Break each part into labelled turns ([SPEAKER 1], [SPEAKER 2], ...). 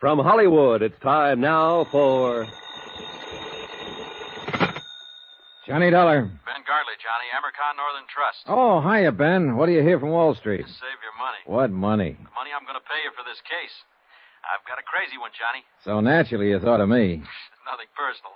[SPEAKER 1] From Hollywood, it's time now for.
[SPEAKER 2] Johnny Dollar.
[SPEAKER 3] Ben Gartley, Johnny, Amercon Northern Trust.
[SPEAKER 2] Oh, hiya, Ben. What do you hear from Wall Street?
[SPEAKER 3] Save your money.
[SPEAKER 2] What money?
[SPEAKER 3] The money I'm going to pay you for this case. I've got a crazy one, Johnny.
[SPEAKER 2] So naturally, you thought of me.
[SPEAKER 3] Nothing personal.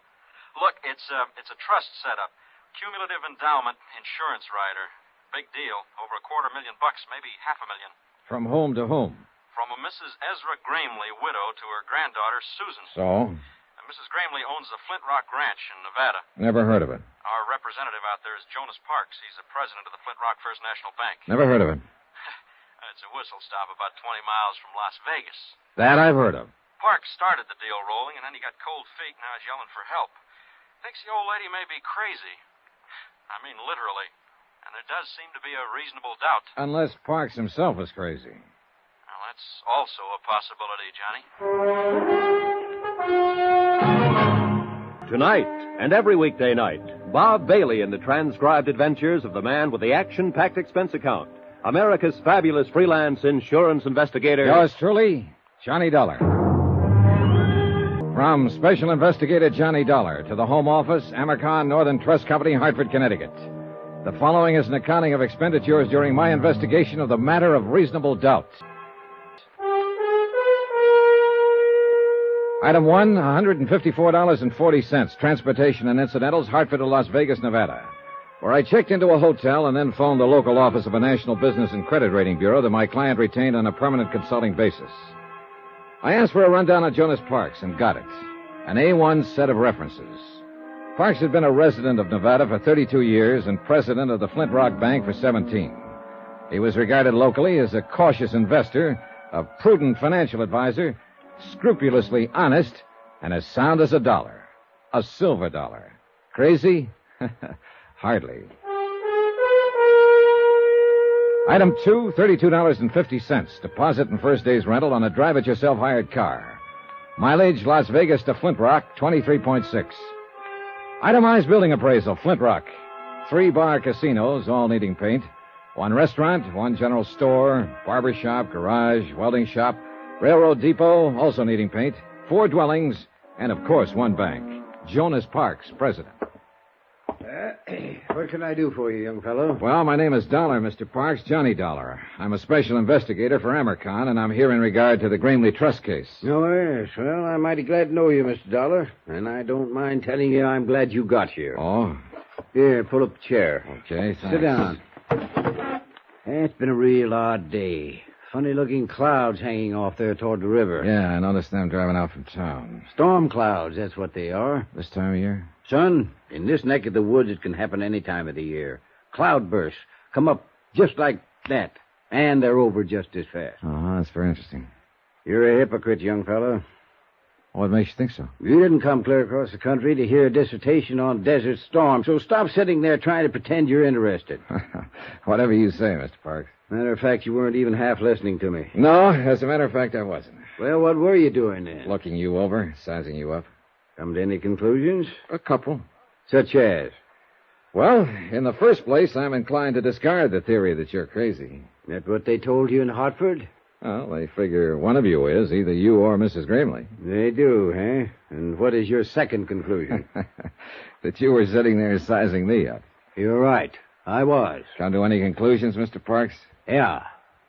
[SPEAKER 3] Look, it's a, it's a trust setup. Cumulative endowment insurance rider. Big deal. Over a quarter million bucks, maybe half a million.
[SPEAKER 2] From whom to whom?
[SPEAKER 3] From a Mrs. Ezra Gramley, widow, to her granddaughter, Susan.
[SPEAKER 2] So?
[SPEAKER 3] And Mrs. Gramley owns the Flint Rock Ranch in Nevada.
[SPEAKER 2] Never heard of it.
[SPEAKER 3] Our representative out there is Jonas Parks. He's the president of the Flint Rock First National Bank.
[SPEAKER 2] Never heard of it.
[SPEAKER 3] It's a whistle stop about 20 miles from Las Vegas.
[SPEAKER 2] That I've heard of.
[SPEAKER 3] Parks started the deal rolling, and then he got cold feet, and now he's yelling for help. Thinks the old lady may be crazy. I mean, literally. And there does seem to be a reasonable doubt.
[SPEAKER 2] Unless Parks himself is crazy.
[SPEAKER 3] Well, that's also a possibility, Johnny.
[SPEAKER 1] Tonight and every weekday night, Bob Bailey in the transcribed adventures of the man with the action packed expense account, America's fabulous freelance insurance investigator.
[SPEAKER 2] Yours truly, Johnny Dollar. From Special Investigator Johnny Dollar to the Home Office, Amercon Northern Trust Company, Hartford, Connecticut. The following is an accounting of expenditures during my investigation of the matter of reasonable doubt. Item one, $154.40, transportation and incidentals, Hartford to Las Vegas, Nevada, where I checked into a hotel and then phoned the local office of a national business and credit rating bureau that my client retained on a permanent consulting basis. I asked for a rundown on Jonas Parks and got it. An A1 set of references. Parks had been a resident of Nevada for 32 years and president of the Flint Rock Bank for 17. He was regarded locally as a cautious investor, a prudent financial advisor, scrupulously honest, and as sound as a dollar. A silver dollar. Crazy? Hardly. Item two, $32.50. Deposit and first day's rental on a drive it yourself hired car. Mileage Las Vegas to Flint Rock, 23.6. Itemized building appraisal, Flint Rock. Three bar casinos, all needing paint. One restaurant, one general store, barber shop, garage, welding shop, railroad depot, also needing paint. Four dwellings, and of course, one bank. Jonas Parks, president.
[SPEAKER 4] Uh, What can I do for you, young fellow?
[SPEAKER 2] Well, my name is Dollar, Mr. Parks, Johnny Dollar. I'm a special investigator for Amercon, and I'm here in regard to the Gramley Trust case.
[SPEAKER 4] Oh, yes. Well, I'm mighty glad to know you, Mr. Dollar. And I don't mind telling you I'm glad you got here.
[SPEAKER 2] Oh,
[SPEAKER 4] Here, pull up a chair.
[SPEAKER 2] okay, thanks.
[SPEAKER 4] Sit down. It's been a real odd day. Funny looking clouds hanging off there toward the river.
[SPEAKER 2] Yeah, I noticed them driving out from town.
[SPEAKER 4] Storm clouds, that's what they are.
[SPEAKER 2] This time of year?
[SPEAKER 4] Son, in this neck of the woods, it can happen any time of the year. Cloudbursts come up just like that, and they're over just as fast.
[SPEAKER 2] Uh-huh, that's very interesting.
[SPEAKER 4] You're a hypocrite, young fellow.
[SPEAKER 2] What makes you think so?
[SPEAKER 4] You didn't come clear across the country to hear a dissertation on Desert Storm, so stop sitting there trying to pretend you're interested.
[SPEAKER 2] Whatever you say, Mr. Parks.
[SPEAKER 4] Matter of fact, you weren't even half listening to me.
[SPEAKER 2] No, as a matter of fact, I wasn't.
[SPEAKER 4] Well, what were you doing then?
[SPEAKER 2] Looking you over, sizing you up.
[SPEAKER 4] Come to any conclusions?
[SPEAKER 2] A couple.
[SPEAKER 4] Such as?
[SPEAKER 2] Well, in the first place, I'm inclined to discard the theory that you're crazy.
[SPEAKER 4] That what they told you in Hartford?
[SPEAKER 2] Well, they figure one of you is, either you or Mrs. Gramley.
[SPEAKER 4] They do, eh? And what is your second conclusion?
[SPEAKER 2] that you were sitting there sizing me up.
[SPEAKER 4] you're right. I was.
[SPEAKER 2] Come to any conclusions, Mr. Parks?
[SPEAKER 4] Yeah.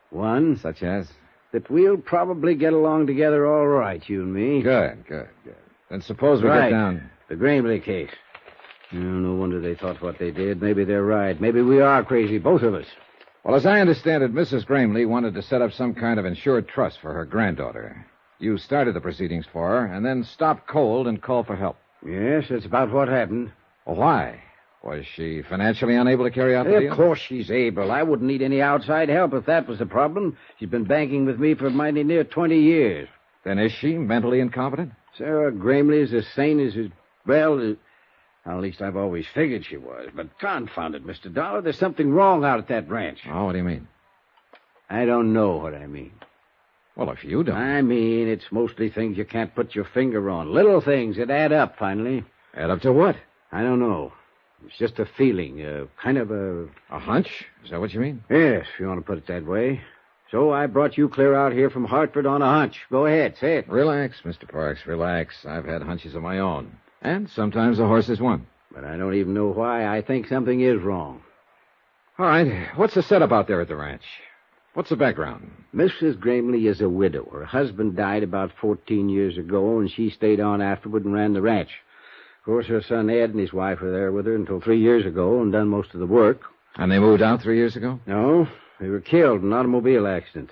[SPEAKER 4] One,
[SPEAKER 2] Such as?
[SPEAKER 4] that we'll probably get along together all right, you and me.
[SPEAKER 2] Good, good, good. Then suppose we
[SPEAKER 4] Right.
[SPEAKER 2] get down.
[SPEAKER 4] The Gramley case. Oh, no wonder they thought what they did. Maybe they're right. Maybe we are crazy, both of us.
[SPEAKER 2] Well, as I understand it, Mrs. Gramley wanted to set up some kind of insured trust for her granddaughter. You started the proceedings for her and then stopped cold and called for help.
[SPEAKER 4] Yes, that's about what happened.
[SPEAKER 2] Well, why? Was she financially unable to carry out the deal?
[SPEAKER 4] Of course she's able. I wouldn't need any outside help if that was the problem. She's been banking with me for mighty near 20 years.
[SPEAKER 2] Then is she mentally incompetent?
[SPEAKER 4] Sarah Gramley is as sane as, as well, as, at least I've always figured she was. But confound it, Mr. Dollar, there's something wrong out at that ranch.
[SPEAKER 2] Oh, what do you mean?
[SPEAKER 4] I don't know what I mean.
[SPEAKER 2] Well, if you don't.
[SPEAKER 4] I mean, it's mostly things you can't put your finger on. Little things that add up, finally.
[SPEAKER 2] Add up to what?
[SPEAKER 4] I don't know. It's just a feeling, a kind of a.
[SPEAKER 2] A hunch? Is that what you mean?
[SPEAKER 4] Yes, if you want to put it that way. So I brought you clear out here from Hartford on a hunch. Go ahead, say it.
[SPEAKER 2] Relax, Mr. Parks, relax. I've had hunches of my own. And sometimes the horse is one.
[SPEAKER 4] But I don't even know why I think something is wrong.
[SPEAKER 2] All right, what's the setup out there at the ranch? What's the background?
[SPEAKER 4] Mrs. Gramley is a widow. Her husband died about 14 years ago, and she stayed on afterward and ran the ranch. Of course, her son Ed and his wife were there with her until three years ago and done most of the work.
[SPEAKER 2] And they moved out three years ago?
[SPEAKER 4] No, they were killed in an automobile accident.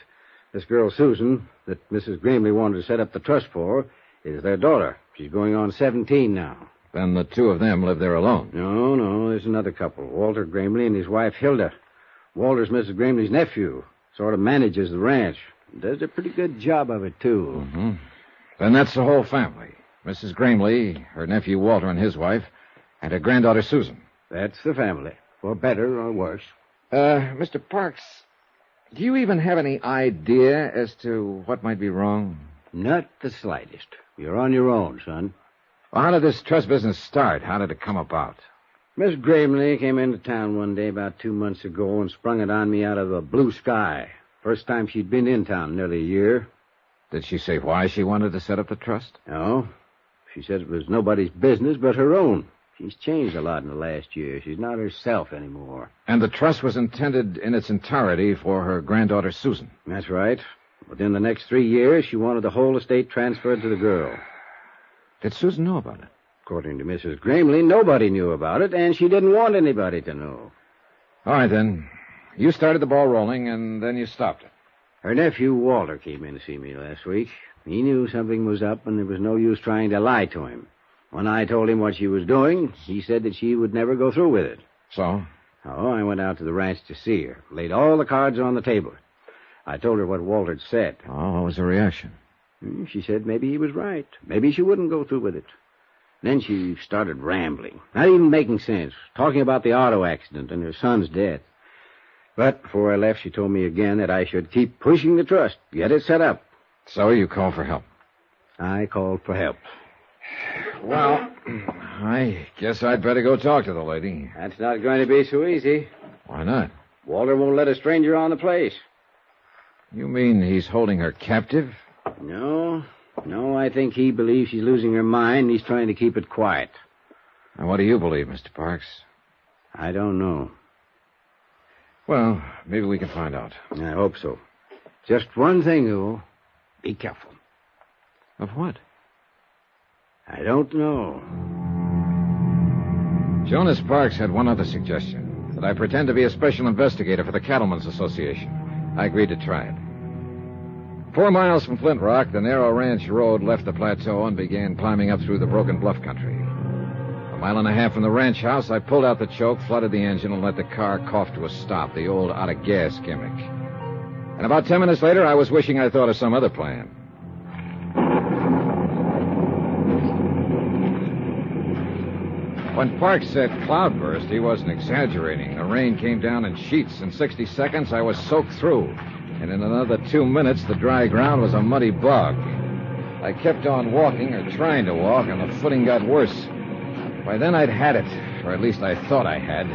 [SPEAKER 4] This girl, Susan, that Mrs. Gramley wanted to set up the trust for, is their daughter. She's going on 17 now.
[SPEAKER 2] Then the two of them live there alone.
[SPEAKER 4] No, no, there's another couple, Walter Gramley and his wife, Hilda. Walter's Mrs. Gramley's nephew. Sort of manages the ranch. Does a pretty good job of it, too.
[SPEAKER 2] Mm-hmm. Then that's the whole family. Mrs. Gramley, her nephew Walter and his wife, and her granddaughter Susan.
[SPEAKER 4] That's the family, for better or worse.
[SPEAKER 2] Uh, Mr. Parks, do you even have any idea as to what might be wrong?
[SPEAKER 4] Not the slightest. You're on your own, son.
[SPEAKER 2] Well, how did this trust business start? How did it come about?
[SPEAKER 4] Miss Gramley came into town one day about two months ago and sprung it on me out of the blue sky. First time she'd been in town in nearly a year.
[SPEAKER 2] Did she say why she wanted to set up the trust?
[SPEAKER 4] No. She said it was nobody's business but her own. She's changed a lot in the last year. She's not herself anymore.
[SPEAKER 2] And the trust was intended in its entirety for her granddaughter Susan.
[SPEAKER 4] That's right. Within the next three years, she wanted the whole estate transferred to the girl.
[SPEAKER 2] Did Susan know about it?
[SPEAKER 4] According to Mrs. Gramley, nobody knew about it, and she didn't want anybody to know.
[SPEAKER 2] All right, then. You started the ball rolling, and then you stopped it.
[SPEAKER 4] Her nephew, Walter, came in to see me last week. He knew something was up, and there was no use trying to lie to him. When I told him what she was doing, he said that she would never go through with it.
[SPEAKER 2] So?
[SPEAKER 4] Oh, I went out to the ranch to see her, laid all the cards on the table. I told her what Walter had said.
[SPEAKER 2] Oh, what was her reaction?
[SPEAKER 4] Hmm, She said maybe he was right. Maybe she wouldn't go through with it. Then she started rambling, not even making sense, talking about the auto accident and her son's death. But before I left, she told me again that I should keep pushing the trust, get it set up.
[SPEAKER 2] So you called for help.
[SPEAKER 4] I called for help.
[SPEAKER 2] Well, I guess I'd better go talk to the lady.
[SPEAKER 4] That's not going to be so easy.
[SPEAKER 2] Why not?
[SPEAKER 4] Walter won't let a stranger on the place.
[SPEAKER 2] You mean he's holding her captive?
[SPEAKER 4] No, no, I think he believes she's losing her mind. and He's trying to keep it quiet.
[SPEAKER 2] And what do you believe, Mr. Parks?
[SPEAKER 4] I don't know.
[SPEAKER 2] Well, maybe we can find out.
[SPEAKER 4] I hope so. Just one thing, though. Be careful.
[SPEAKER 2] Of what?
[SPEAKER 4] I don't know.
[SPEAKER 2] Jonas Parks had one other suggestion that I pretend to be a special investigator for the Cattlemen's Association. I agreed to try it. Four miles from Flint Rock, the narrow ranch road left the plateau and began climbing up through the broken bluff country. A mile and a half from the ranch house, I pulled out the choke, flooded the engine, and let the car cough to a stop, the old out of gas gimmick. And about ten minutes later, I was wishing I thought of some other plan. When Parks said cloudburst, he wasn't exaggerating. The rain came down in sheets. In 60 seconds, I was soaked through. And in another two minutes, the dry ground was a muddy bog. I kept on walking, or trying to walk, and the footing got worse. By then, I'd had it, or at least I thought I had.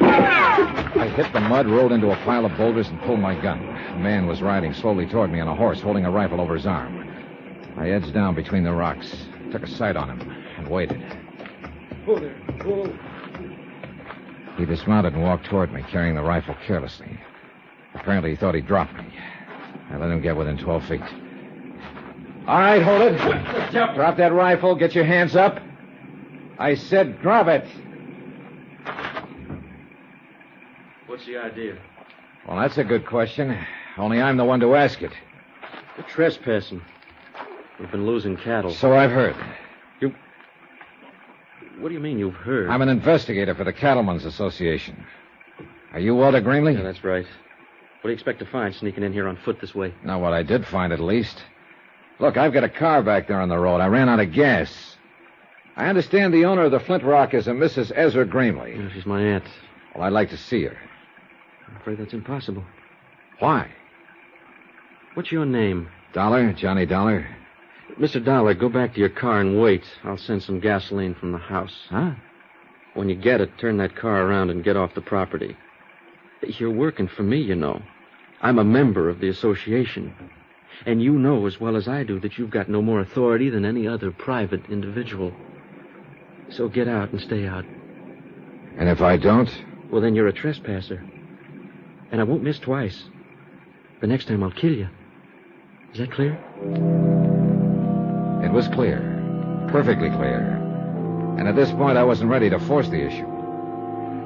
[SPEAKER 2] I hit the mud, rolled into a pile of boulders, and pulled my gun. A man was riding slowly toward me on a horse, holding a rifle over his arm. I edged down between the rocks, took a sight on him, and waited. He dismounted and walked toward me, carrying the rifle carelessly. Apparently, he thought he dropped me. I let him get within 12 feet. All right, hold it. Drop that rifle. Get your hands up. I said drop it.
[SPEAKER 3] What's the idea?
[SPEAKER 2] Well, that's a good question. Only I'm the one to ask it.
[SPEAKER 3] You're trespassing. We've been losing cattle.
[SPEAKER 2] So I've heard.
[SPEAKER 3] What do you mean you've heard?
[SPEAKER 2] I'm an investigator for the Cattlemen's Association. Are you Walter Greenley?
[SPEAKER 3] Yeah, that's right. What do you expect to find sneaking in here on foot this way?
[SPEAKER 2] Not what I did find, at least. Look, I've got a car back there on the road. I ran out of gas. I understand the owner of the Flint Rock is a Mrs. Ezra Gramley.
[SPEAKER 3] Yeah, she's my aunt.
[SPEAKER 2] Well, I'd like to see her.
[SPEAKER 3] I'm afraid that's impossible.
[SPEAKER 2] Why?
[SPEAKER 3] What's your name?
[SPEAKER 2] Dollar, Johnny Dollar.
[SPEAKER 3] Mr. Dollar, go back to your car and wait. I'll send some gasoline from the house.
[SPEAKER 2] Huh?
[SPEAKER 3] When you get it, turn that car around and get off the property. You're working for me, you know.
[SPEAKER 5] I'm a member of the association. And you know as well as I do that you've got no more authority than any other private individual. So get out and stay out.
[SPEAKER 2] And if I don't?
[SPEAKER 5] Well, then you're a trespasser. And I won't miss twice. The next time I'll kill you. Is that clear?
[SPEAKER 2] It was clear. Perfectly clear. And at this point, I wasn't ready to force the issue.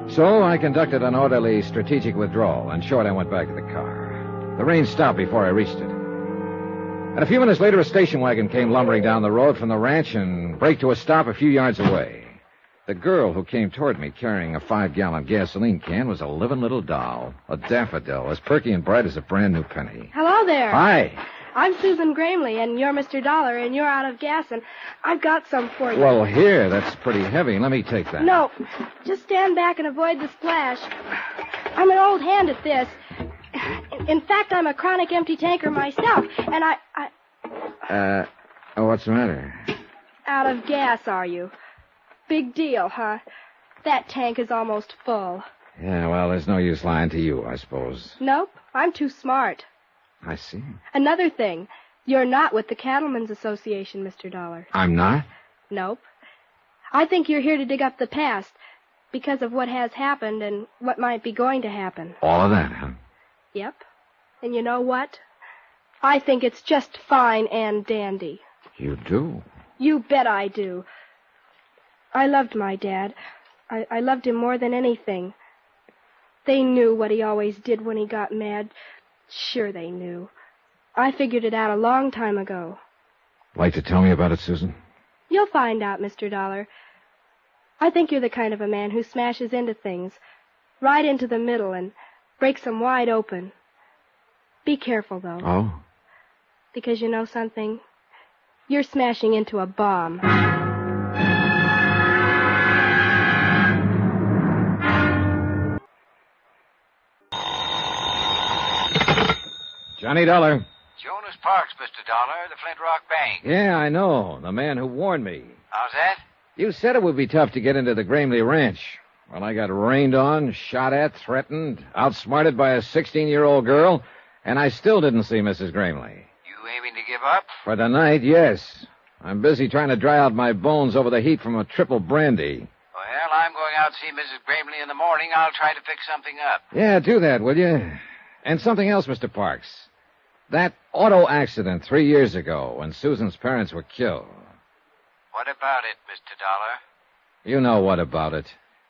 [SPEAKER 2] So I conducted an orderly strategic withdrawal. In short, I went back to the car. The rain stopped before I reached it. And a few minutes later, a station wagon came lumbering down the road from the ranch and braked to a stop a few yards away. The girl who came toward me carrying a five gallon gasoline can was a living little doll, a daffodil, as perky and bright as a brand new penny.
[SPEAKER 6] Hello there.
[SPEAKER 2] Hi.
[SPEAKER 6] I'm Susan Gramley, and you're Mr. Dollar, and you're out of gas, and I've got some for you.
[SPEAKER 2] Well, here, that's pretty heavy. Let me take that.
[SPEAKER 6] No, just stand back and avoid the splash. I'm an old hand at this. In- In fact, I'm a chronic empty tanker myself, and I, I
[SPEAKER 2] Uh, oh, what's the matter?
[SPEAKER 6] out of gas, are you? Big deal, huh? That tank is almost full.
[SPEAKER 2] Yeah, well, there's no use lying to you, I suppose.
[SPEAKER 6] Nope, I'm too smart.
[SPEAKER 2] I see.
[SPEAKER 6] Another thing, you're not with the Cattlemen's Association, Mr. Dollar.
[SPEAKER 2] I'm not?
[SPEAKER 6] Nope. I think you're here to dig up the past because of what has happened and what might be going to happen.
[SPEAKER 2] All of that, huh?
[SPEAKER 6] Yep. And you know what? I think it's just fine and dandy.
[SPEAKER 2] You do.
[SPEAKER 6] You bet I do. I loved my dad. I, I loved him more than anything. They knew what he always did when he got mad. Sure they knew. I figured it out a long time ago.
[SPEAKER 2] Like to tell me about it, Susan?
[SPEAKER 6] You'll find out, Mr. Dollar. I think you're the kind of a man who smashes into things, right into the middle, and breaks 'em wide open. Be careful, though,
[SPEAKER 2] Oh?
[SPEAKER 6] because you know something? You're smashing into a bomb.
[SPEAKER 2] Johnny Dollar.
[SPEAKER 7] Jonas Parks, Mr. Dollar, the Flint Rock Bank.
[SPEAKER 2] Yeah, I know. The man who warned me.
[SPEAKER 7] How's that?
[SPEAKER 2] You said it would be tough to get into the Gramley Ranch. Well, I got rained on, shot at, threatened, outsmarted by a 16 year old girl, and I still didn't see Mrs. Gramley.
[SPEAKER 7] You aiming to give up?
[SPEAKER 2] For tonight, yes. I'm busy trying to dry out my bones over the heat from a triple brandy.
[SPEAKER 7] Well, I'm going out to see Mrs. Gramley in the morning. I'll try to fix something up.
[SPEAKER 2] Yeah, do that, will you? And something else, Mr. Parks. That auto accident three years ago when Susan's parents were killed.
[SPEAKER 7] What about it, Mr. Dollar?
[SPEAKER 2] You know what about it.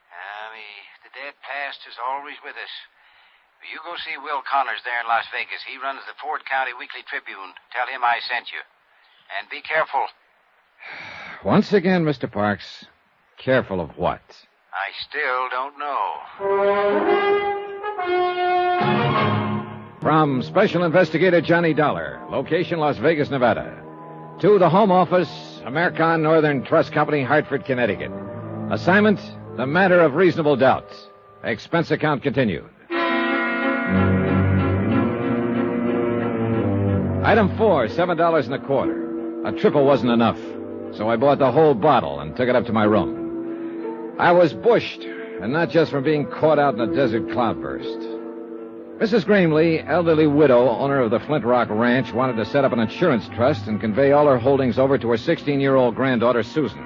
[SPEAKER 7] I mean, the dead past is always with us. You go see Will Connors there in Las Vegas. He runs the Ford County Weekly Tribune. Tell him I sent you. And be careful.
[SPEAKER 2] Once again, Mr. Parks, careful of what?
[SPEAKER 7] I still don't know.
[SPEAKER 2] From Special Investigator Johnny Dollar, location Las Vegas, Nevada, to the Home Office, American Northern Trust Company, Hartford, Connecticut. Assignment The Matter of Reasonable Doubt. Expense account continued. Item four, seven dollars and a quarter. A triple wasn't enough, so I bought the whole bottle and took it up to my room. I was bushed, and not just from being caught out in a desert cloudburst. Mrs. Gramley, elderly widow, owner of the Flint Rock Ranch, wanted to set up an insurance trust and convey all her holdings over to her 16 year old granddaughter, Susan.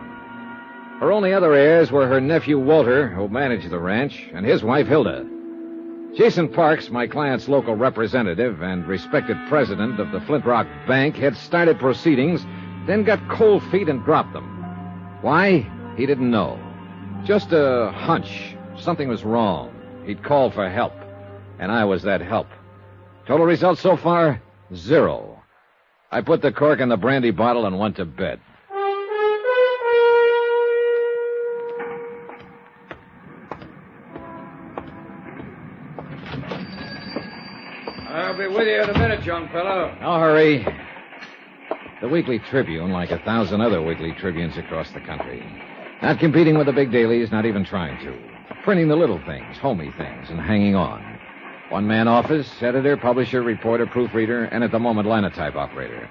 [SPEAKER 2] Her only other heirs were her nephew, Walter, who managed the ranch, and his wife, Hilda. Jason Parks, my client's local representative and respected president of the Flint Rock Bank, had started proceedings, then got cold feet and dropped them. Why? He didn't know. Just a hunch. Something was wrong. He'd called for help, and I was that help. Total result so far zero. I put the cork in the brandy bottle and went to bed.
[SPEAKER 5] I'll be with you in a minute, young fellow.
[SPEAKER 2] No hurry. The Weekly Tribune, like a thousand other weekly tribunes across the country, not competing with the big dailies, not even trying to. Printing the little things, homey things, and hanging on. One man office, editor, publisher, reporter, proofreader, and at the moment, linotype operator.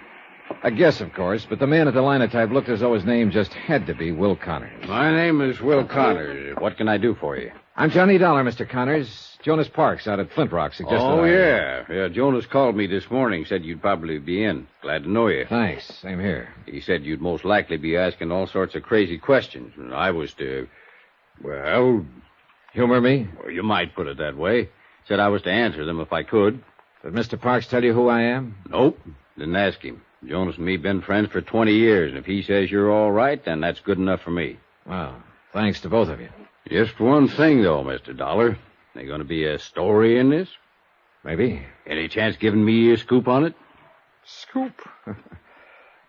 [SPEAKER 2] A guess, of course, but the man at the linotype looked as though his name just had to be Will Connors.
[SPEAKER 4] My name is Will Connors. What can I do for you?
[SPEAKER 2] I'm Johnny Dollar, Mr. Connors. Jonas Parks out at Flint Rock suggested.
[SPEAKER 4] oh,
[SPEAKER 2] I-
[SPEAKER 4] yeah. Yeah, Jonas called me this morning, said you'd probably be in. Glad to know you.
[SPEAKER 2] Thanks. Same here.
[SPEAKER 4] He said you'd most likely be asking all sorts of crazy questions, and I was to. Well,
[SPEAKER 2] Humor me?
[SPEAKER 4] well, you might put it that way. Said I was to answer them if I could.
[SPEAKER 2] Did Mr. Parks tell you who I am?
[SPEAKER 4] Nope. Didn't ask him. Jonas and me been friends for 20 years, and if he says you're all right, then that's good enough for me.
[SPEAKER 2] Well, thanks to both of you.
[SPEAKER 4] Just one thing, though, Mr. Dollar. There going to be a story in this?
[SPEAKER 2] Maybe.
[SPEAKER 4] Any chance giving me a scoop on it?
[SPEAKER 2] Scoop.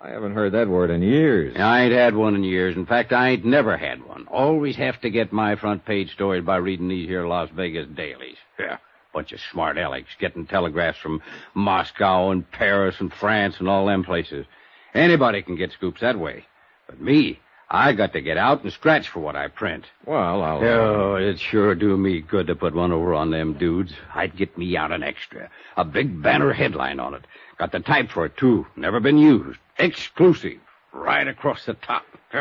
[SPEAKER 2] I haven't heard that word in years.
[SPEAKER 4] I ain't had one in years. In fact, I ain't never had one. Always have to get my front page stories by reading these here Las Vegas dailies. Yeah. Bunch of smart alecks getting telegraphs from Moscow and Paris and France and all them places. Anybody can get scoops that way. But me, I got to get out and scratch for what I print.
[SPEAKER 2] Well, I'll.
[SPEAKER 4] Oh, it sure do me good to put one over on them dudes. I'd get me out an extra. A big banner headline on it. Got the type for it, too. Never been used. Exclusive. Right across the top.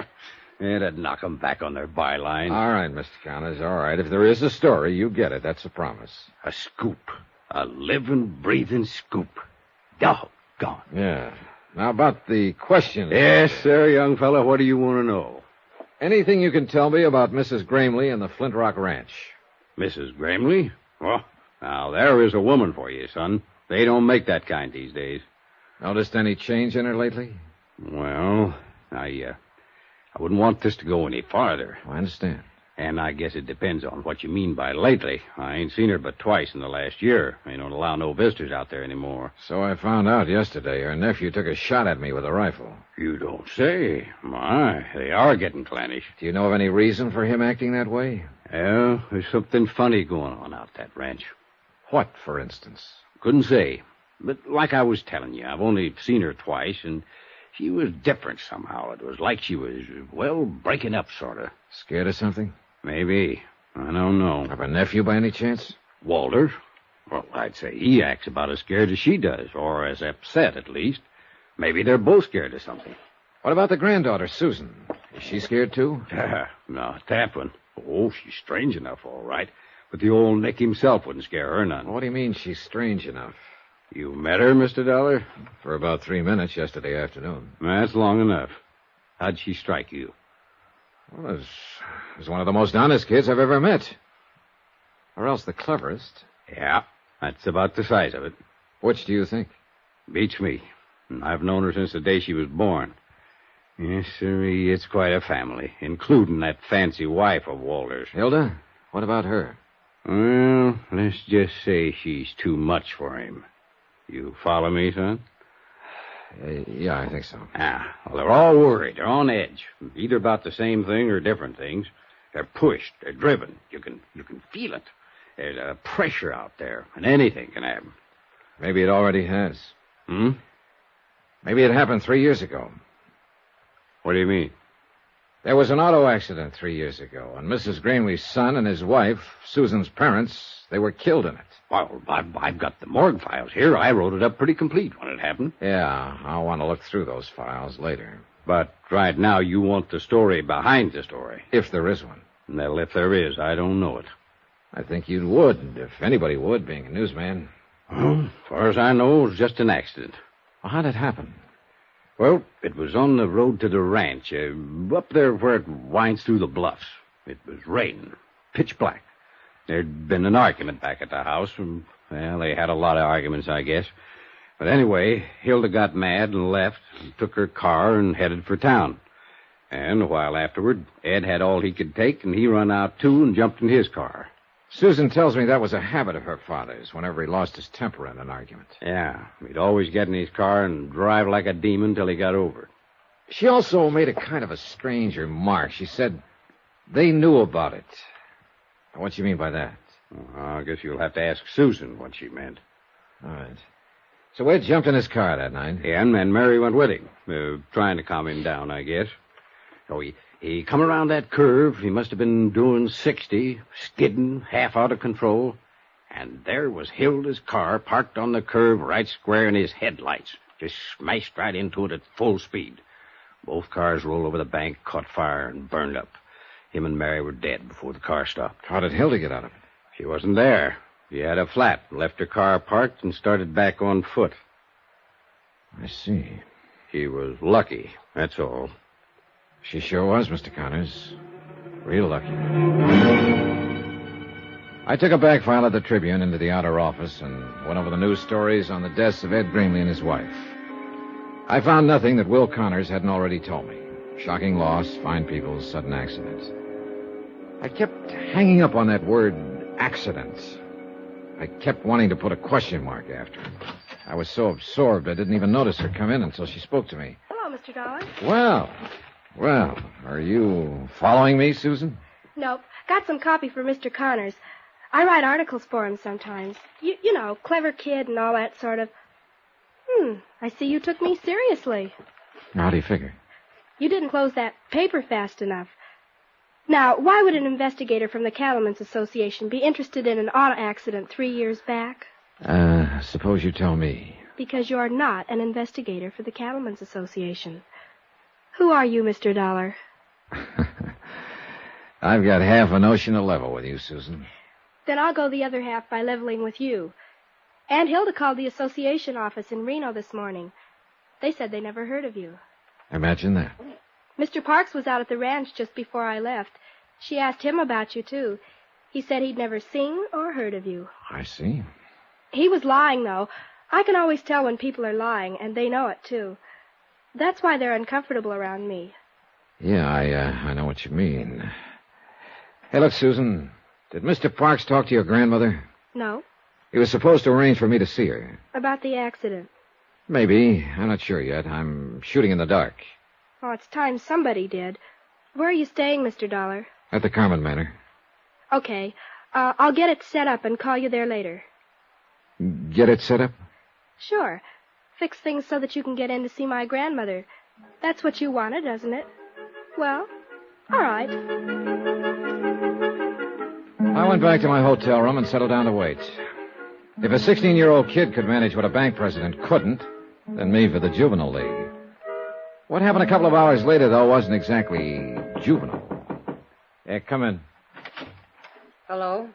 [SPEAKER 4] It'd knock 'em back on their byline.
[SPEAKER 2] All right, Mr. Connors. All right. If there is a story, you get it. That's a promise.
[SPEAKER 4] a scoop. A living, breathing scoop. Doggone.
[SPEAKER 2] Yeah. Now about the question.
[SPEAKER 4] Yes, sir, young fella. What do you want to know?
[SPEAKER 2] Anything you can tell me about Mrs. Gramley and the Flint Rock Ranch?
[SPEAKER 4] Mrs. Gramley? Well, now there is a woman for you, son. They don't make that kind these days.
[SPEAKER 2] Noticed any change in her lately?
[SPEAKER 4] Well, I, uh, I wouldn't want this to go any farther.
[SPEAKER 2] Oh, I understand.
[SPEAKER 4] And I guess it depends on what you mean by lately. I ain't seen her but twice in the last year. They don't allow no visitors out there anymore.
[SPEAKER 2] So I found out yesterday her nephew took a shot at me with a rifle.
[SPEAKER 4] You don't say. My, they are getting clannish.
[SPEAKER 2] Do you know of any reason for him acting that way?
[SPEAKER 4] Well, there's something funny going on out that ranch.
[SPEAKER 2] What, for instance?
[SPEAKER 4] Couldn't say. But like I was telling you, I've only seen her twice, and she was different somehow. It was like she was, well, breaking up, sort of.
[SPEAKER 2] Scared of something?
[SPEAKER 4] Maybe. I don't know.
[SPEAKER 2] Of a nephew by any chance?
[SPEAKER 4] Walter? Well, I'd say he acts about as scared as she does, or as upset, at least. Maybe they're both scared of something.
[SPEAKER 2] What about the granddaughter, Susan? Is she scared too?
[SPEAKER 4] no, that one. Oh, she's strange enough, all right. But the old Nick himself wouldn't scare her none.
[SPEAKER 2] What do you mean she's strange enough?
[SPEAKER 4] You met her, Mr. Dollar?
[SPEAKER 2] For about three minutes yesterday afternoon.
[SPEAKER 4] That's long enough. How'd she strike you?
[SPEAKER 2] Well, it was, it was one of the most honest kids I've ever met. Or else the cleverest.
[SPEAKER 4] Yeah, that's about the size of it.
[SPEAKER 2] Which do you think?
[SPEAKER 4] Beats me. And I've known her since the day she was born. Yes, sirree, it's quite a family, including that fancy wife of Walter's.
[SPEAKER 2] Hilda? What about her?
[SPEAKER 4] Well, let's just say she's too much for him. You follow me, son?
[SPEAKER 2] Uh, yeah, I think so.
[SPEAKER 4] Ah, well, they're all worried. They're on edge, either about the same thing or different things. They're pushed. They're driven. You can you can feel it. There's a pressure out there, and anything can happen.
[SPEAKER 2] Maybe it already has.
[SPEAKER 4] Hmm?
[SPEAKER 2] Maybe it happened three years ago.
[SPEAKER 4] What do you mean?
[SPEAKER 2] There was an auto accident three years ago, and Mrs. Greenlee's son and his wife, Susan's parents, they were killed in it.
[SPEAKER 4] Well, I've, I've got the morgue files here. I wrote it up pretty complete when it happened.
[SPEAKER 2] Yeah, I'll want to look through those files later,
[SPEAKER 4] But right now, you want the story behind the story.
[SPEAKER 2] if there is one.
[SPEAKER 4] Well, if there is, I don't know it.
[SPEAKER 2] I think you would, if anybody would, being a newsman.
[SPEAKER 4] Well, as far as I know, it was just an accident.
[SPEAKER 2] Well, how'd it happen?
[SPEAKER 4] Well, it was on the road to the ranch, uh, up there where it winds through the bluffs. It was raining, pitch black. There'd been an argument back at the house, and, well, they had a lot of arguments, I guess. But anyway, Hilda got mad and left, and took her car and headed for town. And a while afterward, Ed had all he could take, and he run out too and jumped in his car.
[SPEAKER 2] Susan tells me that was a habit of her father's whenever he lost his temper in an argument.
[SPEAKER 4] Yeah, he'd always get in his car and drive like a demon till he got over it.
[SPEAKER 2] She also made a kind of a strange remark. She said they knew about it. Now, What do you mean by that?
[SPEAKER 4] I guess you'll have to ask Susan what she meant.
[SPEAKER 2] All right. So Ed jumped in his car that night.
[SPEAKER 4] And, and Mary went with him, uh, trying to calm him down, I guess. So he, he come around that curve. He must have been doing 60, skidding, half out of control. And there was Hilda's car parked on the curve right square in his headlights. Just smashed right into it at full speed. Both cars rolled over the bank, caught fire, and burned up. Him and Mary were dead before the car stopped.
[SPEAKER 2] How did Hilda get out of it?
[SPEAKER 4] She wasn't there. She had a flat, left her car parked, and started back on foot.
[SPEAKER 2] I see.
[SPEAKER 4] She was lucky, that's all.
[SPEAKER 2] She sure was, Mr. Connors. Real lucky. I took a back file of the Tribune into the outer office and went over the news stories on the deaths of Ed Greenley and his wife. I found nothing that Will Connors hadn't already told me. Shocking loss, fine people, sudden accident. I kept hanging up on that word accident. I kept wanting to put a question mark after it. I was so absorbed I didn't even notice her come in until she spoke to me.
[SPEAKER 6] Hello, Mr. Dollar.
[SPEAKER 2] Well, well, are you following me, Susan?
[SPEAKER 6] Nope. Got some copy for Mr. Connors. I write articles for him sometimes. You, you know, clever kid and all that sort of. Hmm. I see you took me seriously.
[SPEAKER 2] How do you figure?
[SPEAKER 6] You didn't close that paper fast enough. Now, why would an investigator from the Cattlemen's Association be interested in an auto accident three years back?
[SPEAKER 2] Uh, suppose you tell me.
[SPEAKER 6] Because you're not an investigator for the Cattlemen's Association. Who are you, Mr. Dollar?
[SPEAKER 2] I've got half a notion to level with you, Susan.
[SPEAKER 6] Then I'll go the other half by leveling with you. Aunt Hilda called the association office in Reno this morning. They said they never heard of you.
[SPEAKER 2] Imagine that.
[SPEAKER 6] Mr. Parks was out at the ranch just before I left. She asked him about you, too. He said he'd never seen or heard of you.
[SPEAKER 2] I see.
[SPEAKER 6] He was lying, though. I can always tell when people are lying, and they know it, too. That's why they're uncomfortable around me.
[SPEAKER 2] Yeah, I, uh, I know what you mean. Hey, look, Susan. Did Mr. Parks talk to your grandmother?
[SPEAKER 6] No?
[SPEAKER 2] He was supposed to arrange for me to see her.
[SPEAKER 6] About the accident.
[SPEAKER 2] Maybe. I'm not sure yet. I'm shooting in the dark.
[SPEAKER 6] Oh, it's time somebody did. Where are you staying, Mr. Dollar?
[SPEAKER 2] At the Carmen Manor.
[SPEAKER 6] Okay. Uh, I'll get it set up and call you there later.
[SPEAKER 2] Get it set up?
[SPEAKER 6] Sure. Fix things so that you can get in to see my grandmother. That's what you wanted, doesn't it? Well, all right.
[SPEAKER 2] I went back to my hotel room and settled down to wait. If a 16 year old kid could manage what a bank president couldn't, then me for the juvenile league. What happened a couple of hours later, though, wasn't exactly juvenile. Yeah, come in.
[SPEAKER 8] Hello?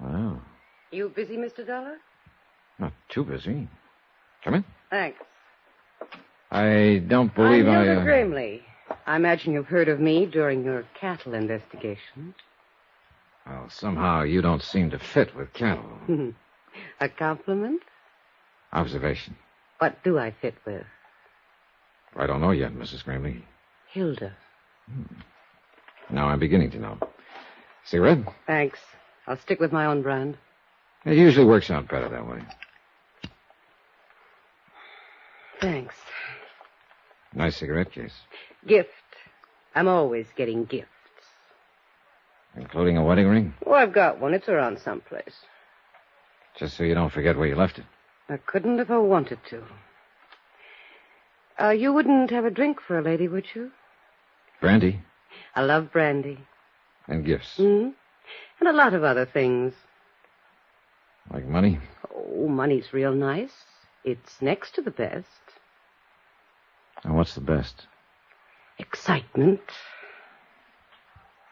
[SPEAKER 2] Wow.
[SPEAKER 8] You busy, Mr. Dollar?
[SPEAKER 2] Not too busy. Come in.
[SPEAKER 8] Thanks.
[SPEAKER 2] I don't believe
[SPEAKER 8] I'm
[SPEAKER 2] I.
[SPEAKER 8] Hilda
[SPEAKER 2] uh,
[SPEAKER 8] Grimley. I imagine you've heard of me during your cattle investigation.
[SPEAKER 2] Well, somehow you don't seem to fit with cattle.
[SPEAKER 8] A compliment?
[SPEAKER 2] Observation.
[SPEAKER 8] What do I fit with?
[SPEAKER 2] I don't know yet, Mrs. Grimley.
[SPEAKER 8] Hilda.
[SPEAKER 2] Now I'm beginning to know. Cigarette?
[SPEAKER 8] Thanks. I'll stick with my own brand.
[SPEAKER 2] It usually works out better that way.
[SPEAKER 8] Thanks.
[SPEAKER 2] Nice cigarette case,
[SPEAKER 8] Gift. I'm always getting gifts.
[SPEAKER 2] including a wedding ring,
[SPEAKER 8] Oh, I've got one. It's around someplace.
[SPEAKER 2] just so you don't forget where you left it.
[SPEAKER 8] I couldn't if I wanted to. Uh, you wouldn't have a drink for a lady, would you?
[SPEAKER 2] Brandy
[SPEAKER 8] I love brandy.
[SPEAKER 2] and gifts,
[SPEAKER 8] Hmm? And a lot of other things.
[SPEAKER 2] like money.
[SPEAKER 8] Oh, money's real nice. It's next to the best.
[SPEAKER 2] And what's the best?
[SPEAKER 8] Excitement.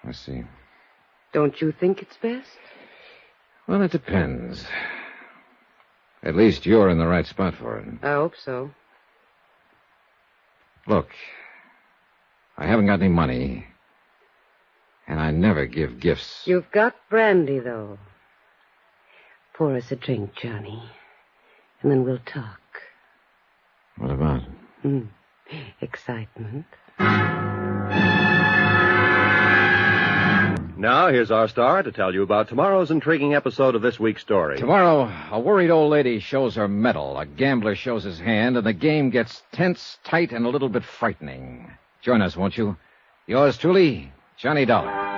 [SPEAKER 2] I see.
[SPEAKER 8] Don't you think it's best?
[SPEAKER 2] Well, it depends. At least you're in the right spot for it.
[SPEAKER 8] I hope so.
[SPEAKER 2] Look, I haven't got any money, and I never give gifts.
[SPEAKER 8] You've got brandy, though. Pour us a drink, Johnny, and then we'll talk.
[SPEAKER 2] What about?
[SPEAKER 8] Hmm. Excitement.
[SPEAKER 1] Now, here's our star to tell you about tomorrow's intriguing episode of this week's story.
[SPEAKER 2] Tomorrow, a worried old lady shows her medal, a gambler shows his hand, and the game gets tense, tight, and a little bit frightening. Join us, won't you? Yours truly, Johnny Dollar.